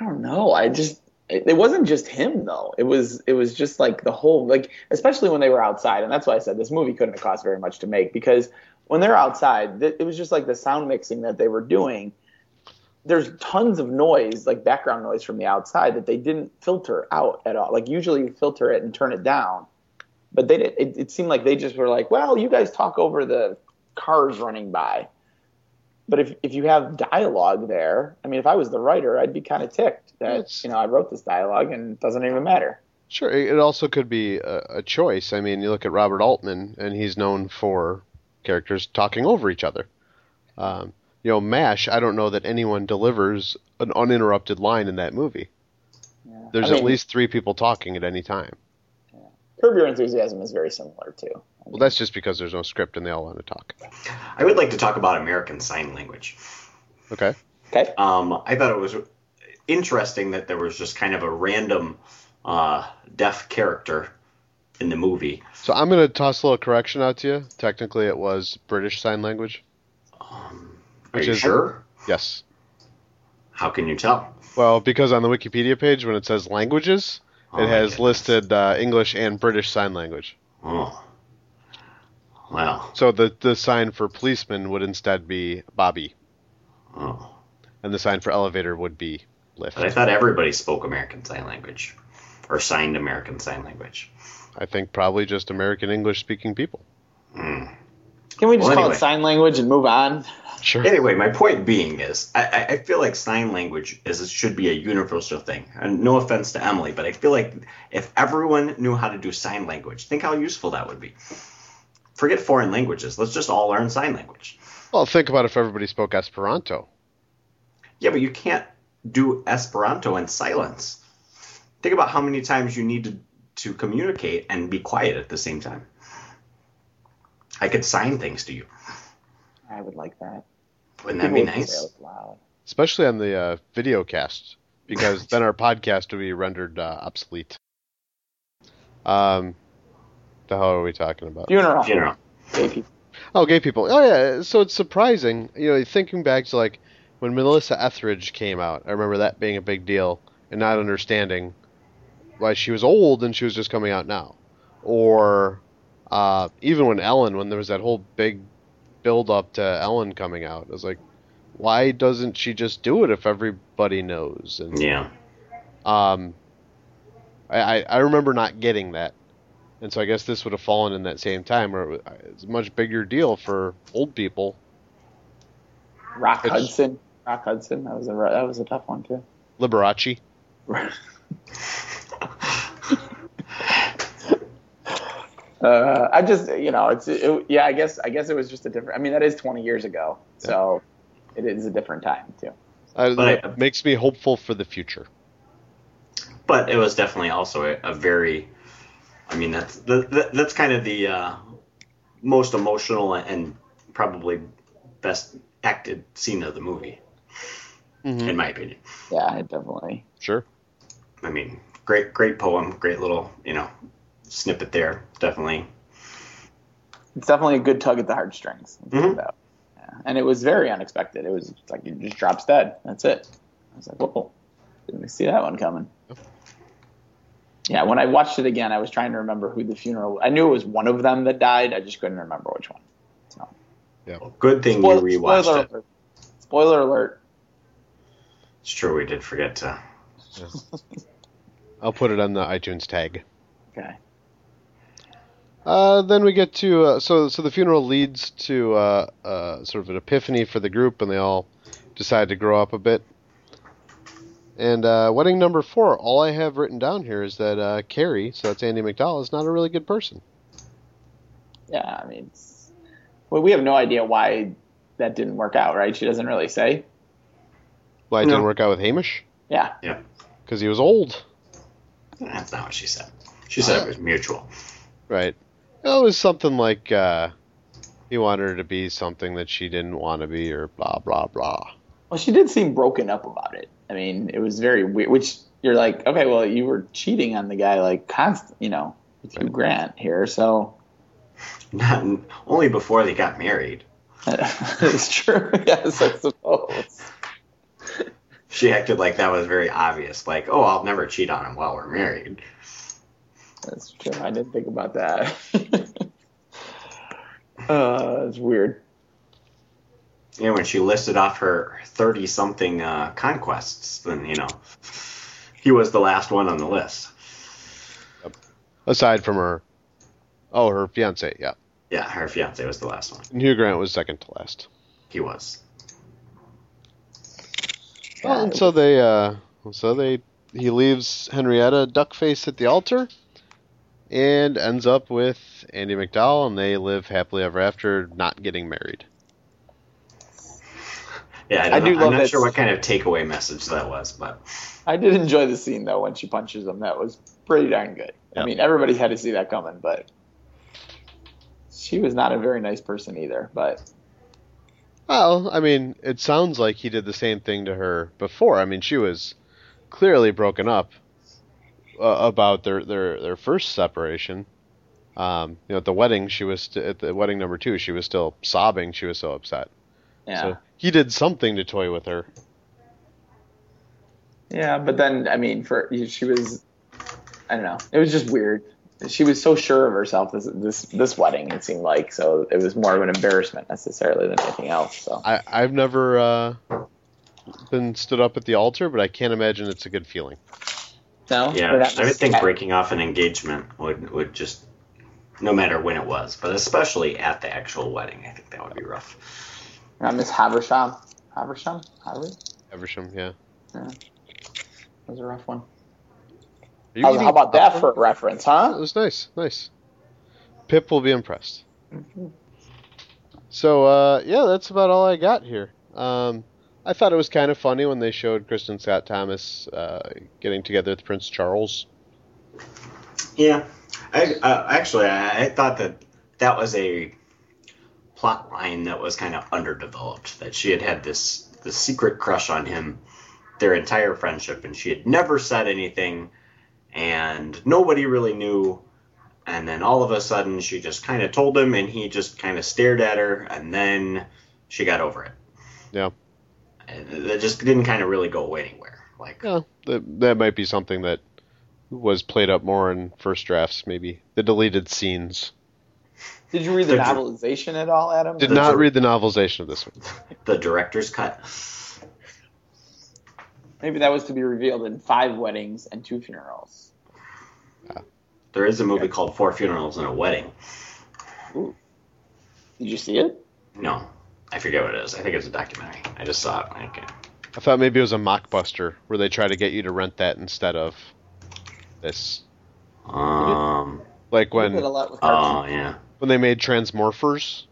[SPEAKER 1] I don't know. I just it, it wasn't just him though. It was it was just like the whole like especially when they were outside, and that's why I said this movie couldn't have cost very much to make because when they're outside, th- it was just like the sound mixing that they were doing. There's tons of noise, like background noise from the outside, that they didn't filter out at all. Like usually you filter it and turn it down, but they did, it, it seemed like they just were like, well, you guys talk over the cars running by. But if if you have dialogue there, I mean, if I was the writer, I'd be kind of ticked that
[SPEAKER 2] It's-
[SPEAKER 1] you know I wrote this dialogue and it doesn't even matter.
[SPEAKER 2] Sure, it it also could be a, a choice. I mean, you look at Robert Altman, and he's known for characters talking over each other. Um, you know, MASH, I don't know that anyone delivers an uninterrupted line in that movie. There's
[SPEAKER 1] I
[SPEAKER 2] at
[SPEAKER 1] mean-
[SPEAKER 2] least three people talking at any time.
[SPEAKER 1] Curb Your Enthusiasm is very similar too.
[SPEAKER 2] Well, that's just because there's no script and they all want to talk.
[SPEAKER 3] I would like to talk about American Sign Language.
[SPEAKER 2] Okay.
[SPEAKER 1] Okay,
[SPEAKER 3] Um, I thought it was interesting that there was just kind of a random uh, deaf character in the movie.
[SPEAKER 2] So I'm going to toss a little correction out to you. Technically, it was British Sign Language.
[SPEAKER 3] Are
[SPEAKER 2] Which
[SPEAKER 3] you
[SPEAKER 2] is-
[SPEAKER 3] sure?
[SPEAKER 2] Yes.
[SPEAKER 3] How can you tell?
[SPEAKER 2] Well, because on the Wikipedia page, when it says languages,
[SPEAKER 3] Oh,
[SPEAKER 2] it
[SPEAKER 3] my
[SPEAKER 2] has
[SPEAKER 3] goodness.
[SPEAKER 2] listed uh, English and British Sign Language.
[SPEAKER 3] Oh. Well,
[SPEAKER 2] So the the sign for policeman would instead be Bobby,
[SPEAKER 3] oh.
[SPEAKER 2] and the sign for elevator would be lift.
[SPEAKER 3] But I thought everybody spoke American Sign Language or signed American Sign Language.
[SPEAKER 2] I think probably just American English speaking people.
[SPEAKER 1] can we just
[SPEAKER 3] Well,
[SPEAKER 1] call
[SPEAKER 3] anyway.
[SPEAKER 1] it sign language and move on?
[SPEAKER 2] Sure.
[SPEAKER 3] Anyway, my point being is, I, I- I feel like sign language is should be a universal thing. And no offense to Emily, but I feel like if everyone knew how to do sign language, think how useful that would be. Forget foreign languages. Let's just all learn sign language.
[SPEAKER 2] Well, think about if everybody spoke Esperanto.
[SPEAKER 3] Yeah, but you can't do Esperanto in silence. Think about how many times you need to, to communicate and be quiet at the same time. I could sign things to you.
[SPEAKER 1] I would like that.
[SPEAKER 3] Wouldn't that
[SPEAKER 1] People
[SPEAKER 3] be
[SPEAKER 1] would say
[SPEAKER 3] nice?
[SPEAKER 1] it loud.
[SPEAKER 2] especially on the uh, video cast, because then our podcast would be rendered uh, obsolete. Um, the hell are we talking about?
[SPEAKER 1] Funeral.
[SPEAKER 3] Funeral.
[SPEAKER 1] Gay people.
[SPEAKER 2] Oh, gay people. Oh, yeah. So it's surprising, you know, thinking back to like when Melissa Etheridge came out. I remember that being a big deal and not understanding why she was old and she was just coming out now, or uh, even when Ellen, when there was that whole big build up to Ellen coming out, I was like, why doesn't she just do it if everybody knows? And
[SPEAKER 3] Yeah.
[SPEAKER 2] um, I, I I remember not getting that, and so I guess this would have fallen in that same time where it was, it's a much bigger deal for old people.
[SPEAKER 1] Rock
[SPEAKER 2] It's-
[SPEAKER 1] Hudson. Rock Hudson. That was a that was a tough one too.
[SPEAKER 2] Liberace.
[SPEAKER 1] Uh, I just, you know, it's, it, yeah, I guess, I guess it was just a different. I mean, that is 20 years ago, so it is a different time too.
[SPEAKER 2] Uh,
[SPEAKER 3] But
[SPEAKER 2] that
[SPEAKER 3] I-
[SPEAKER 2] makes me hopeful for the future.
[SPEAKER 3] but it was definitely also a, a very i mean that's that, that, that's kind of the uh, most emotional and probably best acted scene of the movie
[SPEAKER 1] Mm-hmm.
[SPEAKER 3] in my opinion
[SPEAKER 1] Yeah, it definitely.
[SPEAKER 2] Sure.
[SPEAKER 3] i mean great great poem great little you know snippet there definitely
[SPEAKER 1] it's definitely a good tug at the heartstrings.
[SPEAKER 3] Mhm.
[SPEAKER 1] Yeah. And it was very unexpected. It was like it just drops dead. That's it. I was like, whoa, didn't see that one coming. Yeah, when I watched it again, I was trying to remember who the funeral. I knew it was one of them that died. I just couldn't remember which one. So
[SPEAKER 3] Good thing
[SPEAKER 1] Spoil-
[SPEAKER 3] you rewatched
[SPEAKER 1] spoiler
[SPEAKER 3] it.
[SPEAKER 1] alert. Spoiler alert.
[SPEAKER 3] It's true, we did forget to.
[SPEAKER 2] I'll put it on the iTunes tag.
[SPEAKER 1] Okay.
[SPEAKER 2] Uh, then we get to uh, so so the funeral leads to uh, uh, sort of an epiphany for the group, and they all decide to grow up a bit. And uh, wedding number four, all I have written down here is that uh, Carrie, so that's Andy McDowell, is not a really good person.
[SPEAKER 1] Yeah, I mean, it's, well, we have no idea why that didn't work out, right? She doesn't really say.
[SPEAKER 2] Why it
[SPEAKER 3] No.
[SPEAKER 2] didn't work out with Hamish?
[SPEAKER 1] Yeah,
[SPEAKER 3] Yep.
[SPEAKER 2] Because he was old,
[SPEAKER 3] That's not what she said. She
[SPEAKER 1] Uh-huh.
[SPEAKER 3] said it was mutual. [LAUGHS]
[SPEAKER 2] right? It was something like uh, he wanted her to be something that she didn't want to be, or blah blah blah.
[SPEAKER 1] Well, she did seem broken up about it. I mean, it was very weird. Which you're like, okay, well, you were cheating on the guy like constant, you know, with Hugh Grant here, so [LAUGHS]
[SPEAKER 3] Not only before they got married.
[SPEAKER 1] it's true. [LAUGHS] yes, I suppose.
[SPEAKER 3] She acted like that was very obvious. Like, oh, I'll never cheat on him while we're married.
[SPEAKER 1] That's true. I didn't think about that. [LAUGHS] uh, it's weird.
[SPEAKER 3] You know, when she listed off her 30 something uh, conquests, then, you know, he was the last one on the list.
[SPEAKER 2] Aside from her, oh, her fiance, yeah.
[SPEAKER 3] Yeah, her fiance was the last one.
[SPEAKER 2] And Hugh Grant was second to last.
[SPEAKER 3] He was.
[SPEAKER 2] Well, and so they, uh, so they, he leaves Henrietta Duckface at the altar, and ends up with Andy McDowell, and they live happily ever after, not getting married.
[SPEAKER 3] Yeah, I,
[SPEAKER 1] I
[SPEAKER 3] don't
[SPEAKER 1] do
[SPEAKER 3] know.
[SPEAKER 1] love
[SPEAKER 3] I'm not
[SPEAKER 1] that
[SPEAKER 3] sure what kind of takeaway message that was, but
[SPEAKER 1] I did enjoy the scene though when she punches him. That was pretty darn good.
[SPEAKER 2] Yeah.
[SPEAKER 1] I mean, everybody had to see that coming, but she was not a very nice person either. But
[SPEAKER 2] Well, I mean, it sounds like he did the same thing to her before. I mean, she was clearly broken up uh, about their, their their first separation. Um, you know, at the wedding, she was st- at the wedding number two. She was still sobbing. She was so upset.
[SPEAKER 1] yeah.
[SPEAKER 2] So he did something to toy with her.
[SPEAKER 1] Yeah, but then I mean, for she was, I don't know. It was just weird. She was so sure of herself this this this wedding. It seemed like so it was more of an embarrassment necessarily than anything else. So
[SPEAKER 2] I, I've never uh, been stood up at the altar, but I can't imagine it's a good feeling.
[SPEAKER 1] no,
[SPEAKER 3] yeah,
[SPEAKER 1] Or that
[SPEAKER 3] I would
[SPEAKER 1] was-
[SPEAKER 3] think breaking off an engagement would would just, no matter when it was, but especially at the actual wedding, I think that would be rough.
[SPEAKER 1] not Miss Haversham. Haversham. Haver.
[SPEAKER 2] Eversham, yeah.
[SPEAKER 1] That was a rough one.
[SPEAKER 2] Are you
[SPEAKER 1] How,
[SPEAKER 2] eating
[SPEAKER 1] how about that for
[SPEAKER 2] popcorn?
[SPEAKER 1] a reference,
[SPEAKER 2] That
[SPEAKER 1] huh?
[SPEAKER 2] was nice, nice. Pip will be impressed. So, uh, yeah, that's about all I got here. Um, I thought it was kind of funny when they showed Kristen Scott Thomas uh, getting together with Prince Charles.
[SPEAKER 3] Yeah, I uh, actually I, I thought that that was a plot line that was kind of underdeveloped. That she had had this the secret crush on him their entire friendship, and she had never said anything, and nobody really knew. And then all of a sudden, she just kind of told him, and he just kind of stared at her, and then she got over it.
[SPEAKER 2] Yeah.
[SPEAKER 3] And that just didn't kind of really go anywhere. Like,
[SPEAKER 2] Yeah, that, that might be something that was played up more in first drafts, maybe. The deleted scenes.
[SPEAKER 1] Did you read the
[SPEAKER 3] Did you-
[SPEAKER 1] novelization at all, Adam?
[SPEAKER 2] Did
[SPEAKER 3] The
[SPEAKER 2] not
[SPEAKER 3] dir-
[SPEAKER 2] read the novelization of this one.
[SPEAKER 3] the director's cut.
[SPEAKER 1] Maybe that was to be revealed in five weddings and two funerals.
[SPEAKER 3] There is a movie called Four Funerals and a Wedding.
[SPEAKER 1] Did you see it?
[SPEAKER 3] No, I forget what it is. I think it's a documentary. I just saw it. Okay.
[SPEAKER 2] I thought maybe it was a mockbuster where they try to get you to rent that instead of this.
[SPEAKER 3] Um.
[SPEAKER 2] Like
[SPEAKER 1] I did a
[SPEAKER 2] when
[SPEAKER 1] lot with
[SPEAKER 3] Oh yeah. [LAUGHS]
[SPEAKER 2] when they made Transmorphers,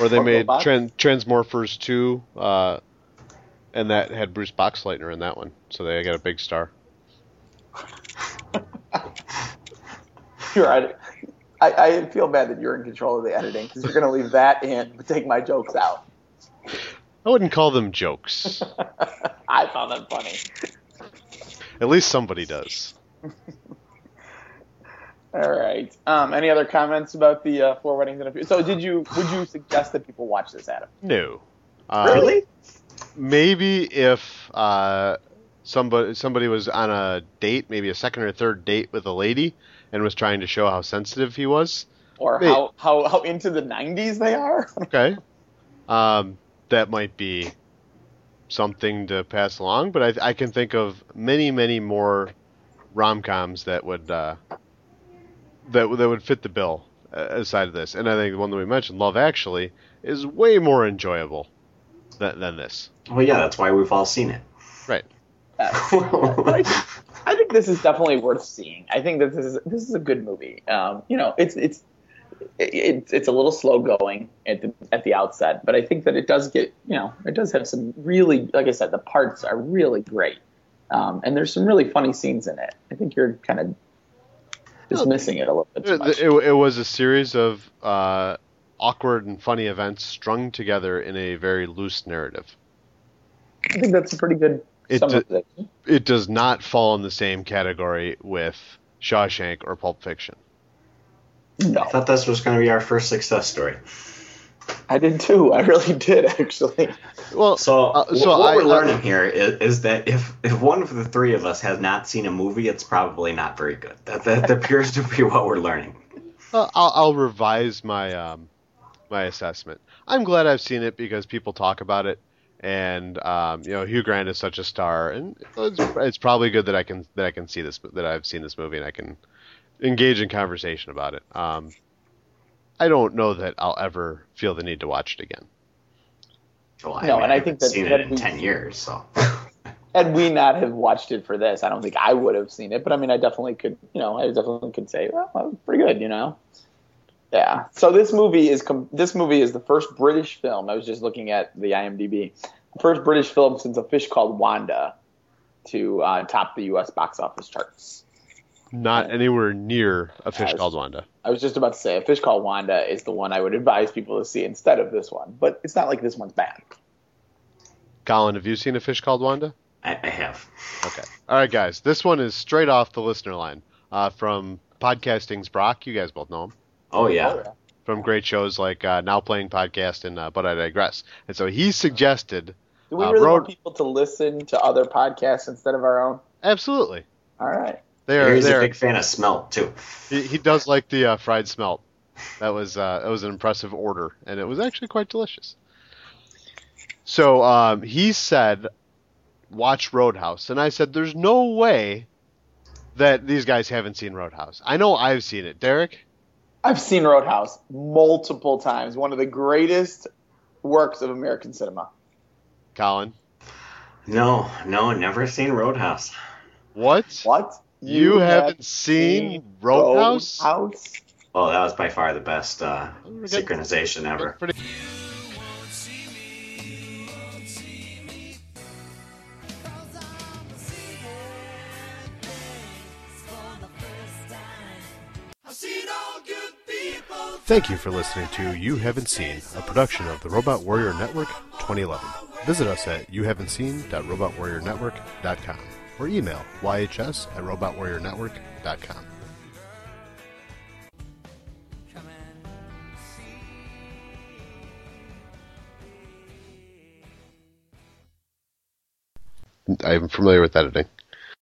[SPEAKER 2] or they
[SPEAKER 1] Or
[SPEAKER 2] made
[SPEAKER 1] robots.
[SPEAKER 2] Tran- Transmorphers Two, uh, and that had Bruce Boxleitner in that one, so they got a big star.
[SPEAKER 1] You're right. I, I feel bad that you're in control of the editing because you're going to leave that in, but take my jokes out. [LAUGHS]
[SPEAKER 2] I wouldn't call them jokes.
[SPEAKER 1] I found that funny.
[SPEAKER 2] At least somebody does.
[SPEAKER 1] All right. Um, any other comments about the uh, four weddings and a funeral? So, did you would you suggest that people watch this, Adam?
[SPEAKER 2] No. Uh,
[SPEAKER 3] Really?
[SPEAKER 2] Maybe if uh, somebody somebody was on a date, maybe a second or third date with a lady, and was trying to show how sensitive he was.
[SPEAKER 1] Or
[SPEAKER 2] Me.
[SPEAKER 1] how, how how into the '90s they are? [LAUGHS]
[SPEAKER 2] Okay. Um, that might be something to pass along, but I, I can think of many, many more rom coms that would uh, that would- that would fit the bill uh, aside of this. And I think the one that we mentioned, Love Actually, is way more enjoyable than, than this.
[SPEAKER 3] Well, yeah, that's why we've all seen it. [LAUGHS]
[SPEAKER 2] Right.
[SPEAKER 1] Uh, I I think this is definitely worth seeing. I think that this is this is a good movie. Um, you know, it's it's it's it's a little slow going at the at the outset, but I think that it does get you know it does have some really like I said the parts are really great, um, and there's some really funny scenes in it. I think you're kind of dismissing it a little bit too
[SPEAKER 2] It,
[SPEAKER 1] much.
[SPEAKER 2] it, it was a series of uh, awkward and funny events strung together in a very loose narrative.
[SPEAKER 1] I think that's a pretty good
[SPEAKER 2] It
[SPEAKER 1] summarization.
[SPEAKER 2] It does not fall in the same category with Shawshank or Pulp Fiction.
[SPEAKER 3] I
[SPEAKER 1] No,
[SPEAKER 3] thought this was going to be our first success story.
[SPEAKER 1] I did too. I really did actually.
[SPEAKER 2] Well,
[SPEAKER 3] So,
[SPEAKER 2] Uh,
[SPEAKER 3] wh-
[SPEAKER 2] so
[SPEAKER 3] what
[SPEAKER 2] I-
[SPEAKER 3] we're
[SPEAKER 2] I-
[SPEAKER 3] learning here is, is that if, if one of the three of us has not seen a movie, it's probably not very good. That, that appears to be what we're learning.
[SPEAKER 2] uh, I'll, I'll revise my um, my assessment. I'm glad I've seen it because people talk about it, and um, you know Hugh Grant is such a star, and it's, it's probably good that I can that I can see this that I've seen this movie and I can engage in conversation about it. Um, I don't know that I'll ever feel the need to watch it again.
[SPEAKER 3] Well, I
[SPEAKER 1] No,
[SPEAKER 3] mean,
[SPEAKER 1] and I
[SPEAKER 3] haven't
[SPEAKER 1] think that-
[SPEAKER 3] seen
[SPEAKER 1] that
[SPEAKER 3] it in
[SPEAKER 1] we-
[SPEAKER 3] ten years. So, [LAUGHS]
[SPEAKER 1] had we not have watched it for this, I don't think I would have seen it. But I mean, I definitely could, you know, I definitely could say, well, that was pretty good, you know. Yeah. So this movie is com- this movie is the first British film. I was just looking at the IMDb, first British film since A Fish Called Wanda to uh, top the U.S. box office charts.
[SPEAKER 2] Not anywhere near a fish
[SPEAKER 1] Yes.
[SPEAKER 2] called Wanda.
[SPEAKER 1] I was just about to say, A Fish Called Wanda is the one I would advise people to see instead of this one. But it's not like this one's bad.
[SPEAKER 2] Colin, have you seen a fish called Wanda?
[SPEAKER 3] I, I have.
[SPEAKER 2] Okay. All right, guys. This one is straight off the listener line uh, from Podcasting's Brock. You guys both know him.
[SPEAKER 3] Oh yeah.
[SPEAKER 1] Oh, yeah.
[SPEAKER 2] from great shows like uh, Now Playing Podcast and uh, But I Digress. And so he suggested,
[SPEAKER 1] Do we
[SPEAKER 2] Uh,
[SPEAKER 1] really
[SPEAKER 2] Road-
[SPEAKER 1] want people to listen to other podcasts instead of our own?
[SPEAKER 2] absolutely,
[SPEAKER 1] All right.
[SPEAKER 2] they are
[SPEAKER 3] He's a
[SPEAKER 2] there.
[SPEAKER 3] big fan of smelt too.
[SPEAKER 2] He, he does like the uh, fried smelt. That was uh, that was an impressive order, and it was actually quite delicious. So um, he said, "Watch Roadhouse," and I said, "There's no way that these guys haven't seen Roadhouse. I know I've seen it, Derek."
[SPEAKER 1] I've seen Roadhouse multiple times. One of the greatest works of American cinema.
[SPEAKER 2] Colin,
[SPEAKER 3] No, no, never seen Roadhouse.
[SPEAKER 2] what?
[SPEAKER 1] What?
[SPEAKER 2] You, haven't seen, Roadhouse?
[SPEAKER 1] Roadhouse?
[SPEAKER 3] Well, Oh, that was by far the best uh,
[SPEAKER 2] We're getting-
[SPEAKER 3] synchronization ever.
[SPEAKER 2] Pretty-
[SPEAKER 5] Thank you for listening to You Haven't Seen, a production of the Robot Warrior Network 2011. Visit us at youhaven'tseen.robotwarriornetwork.com or email yhs at robotwarriornetwork.com.
[SPEAKER 4] Come and see.
[SPEAKER 2] I'm familiar with editing.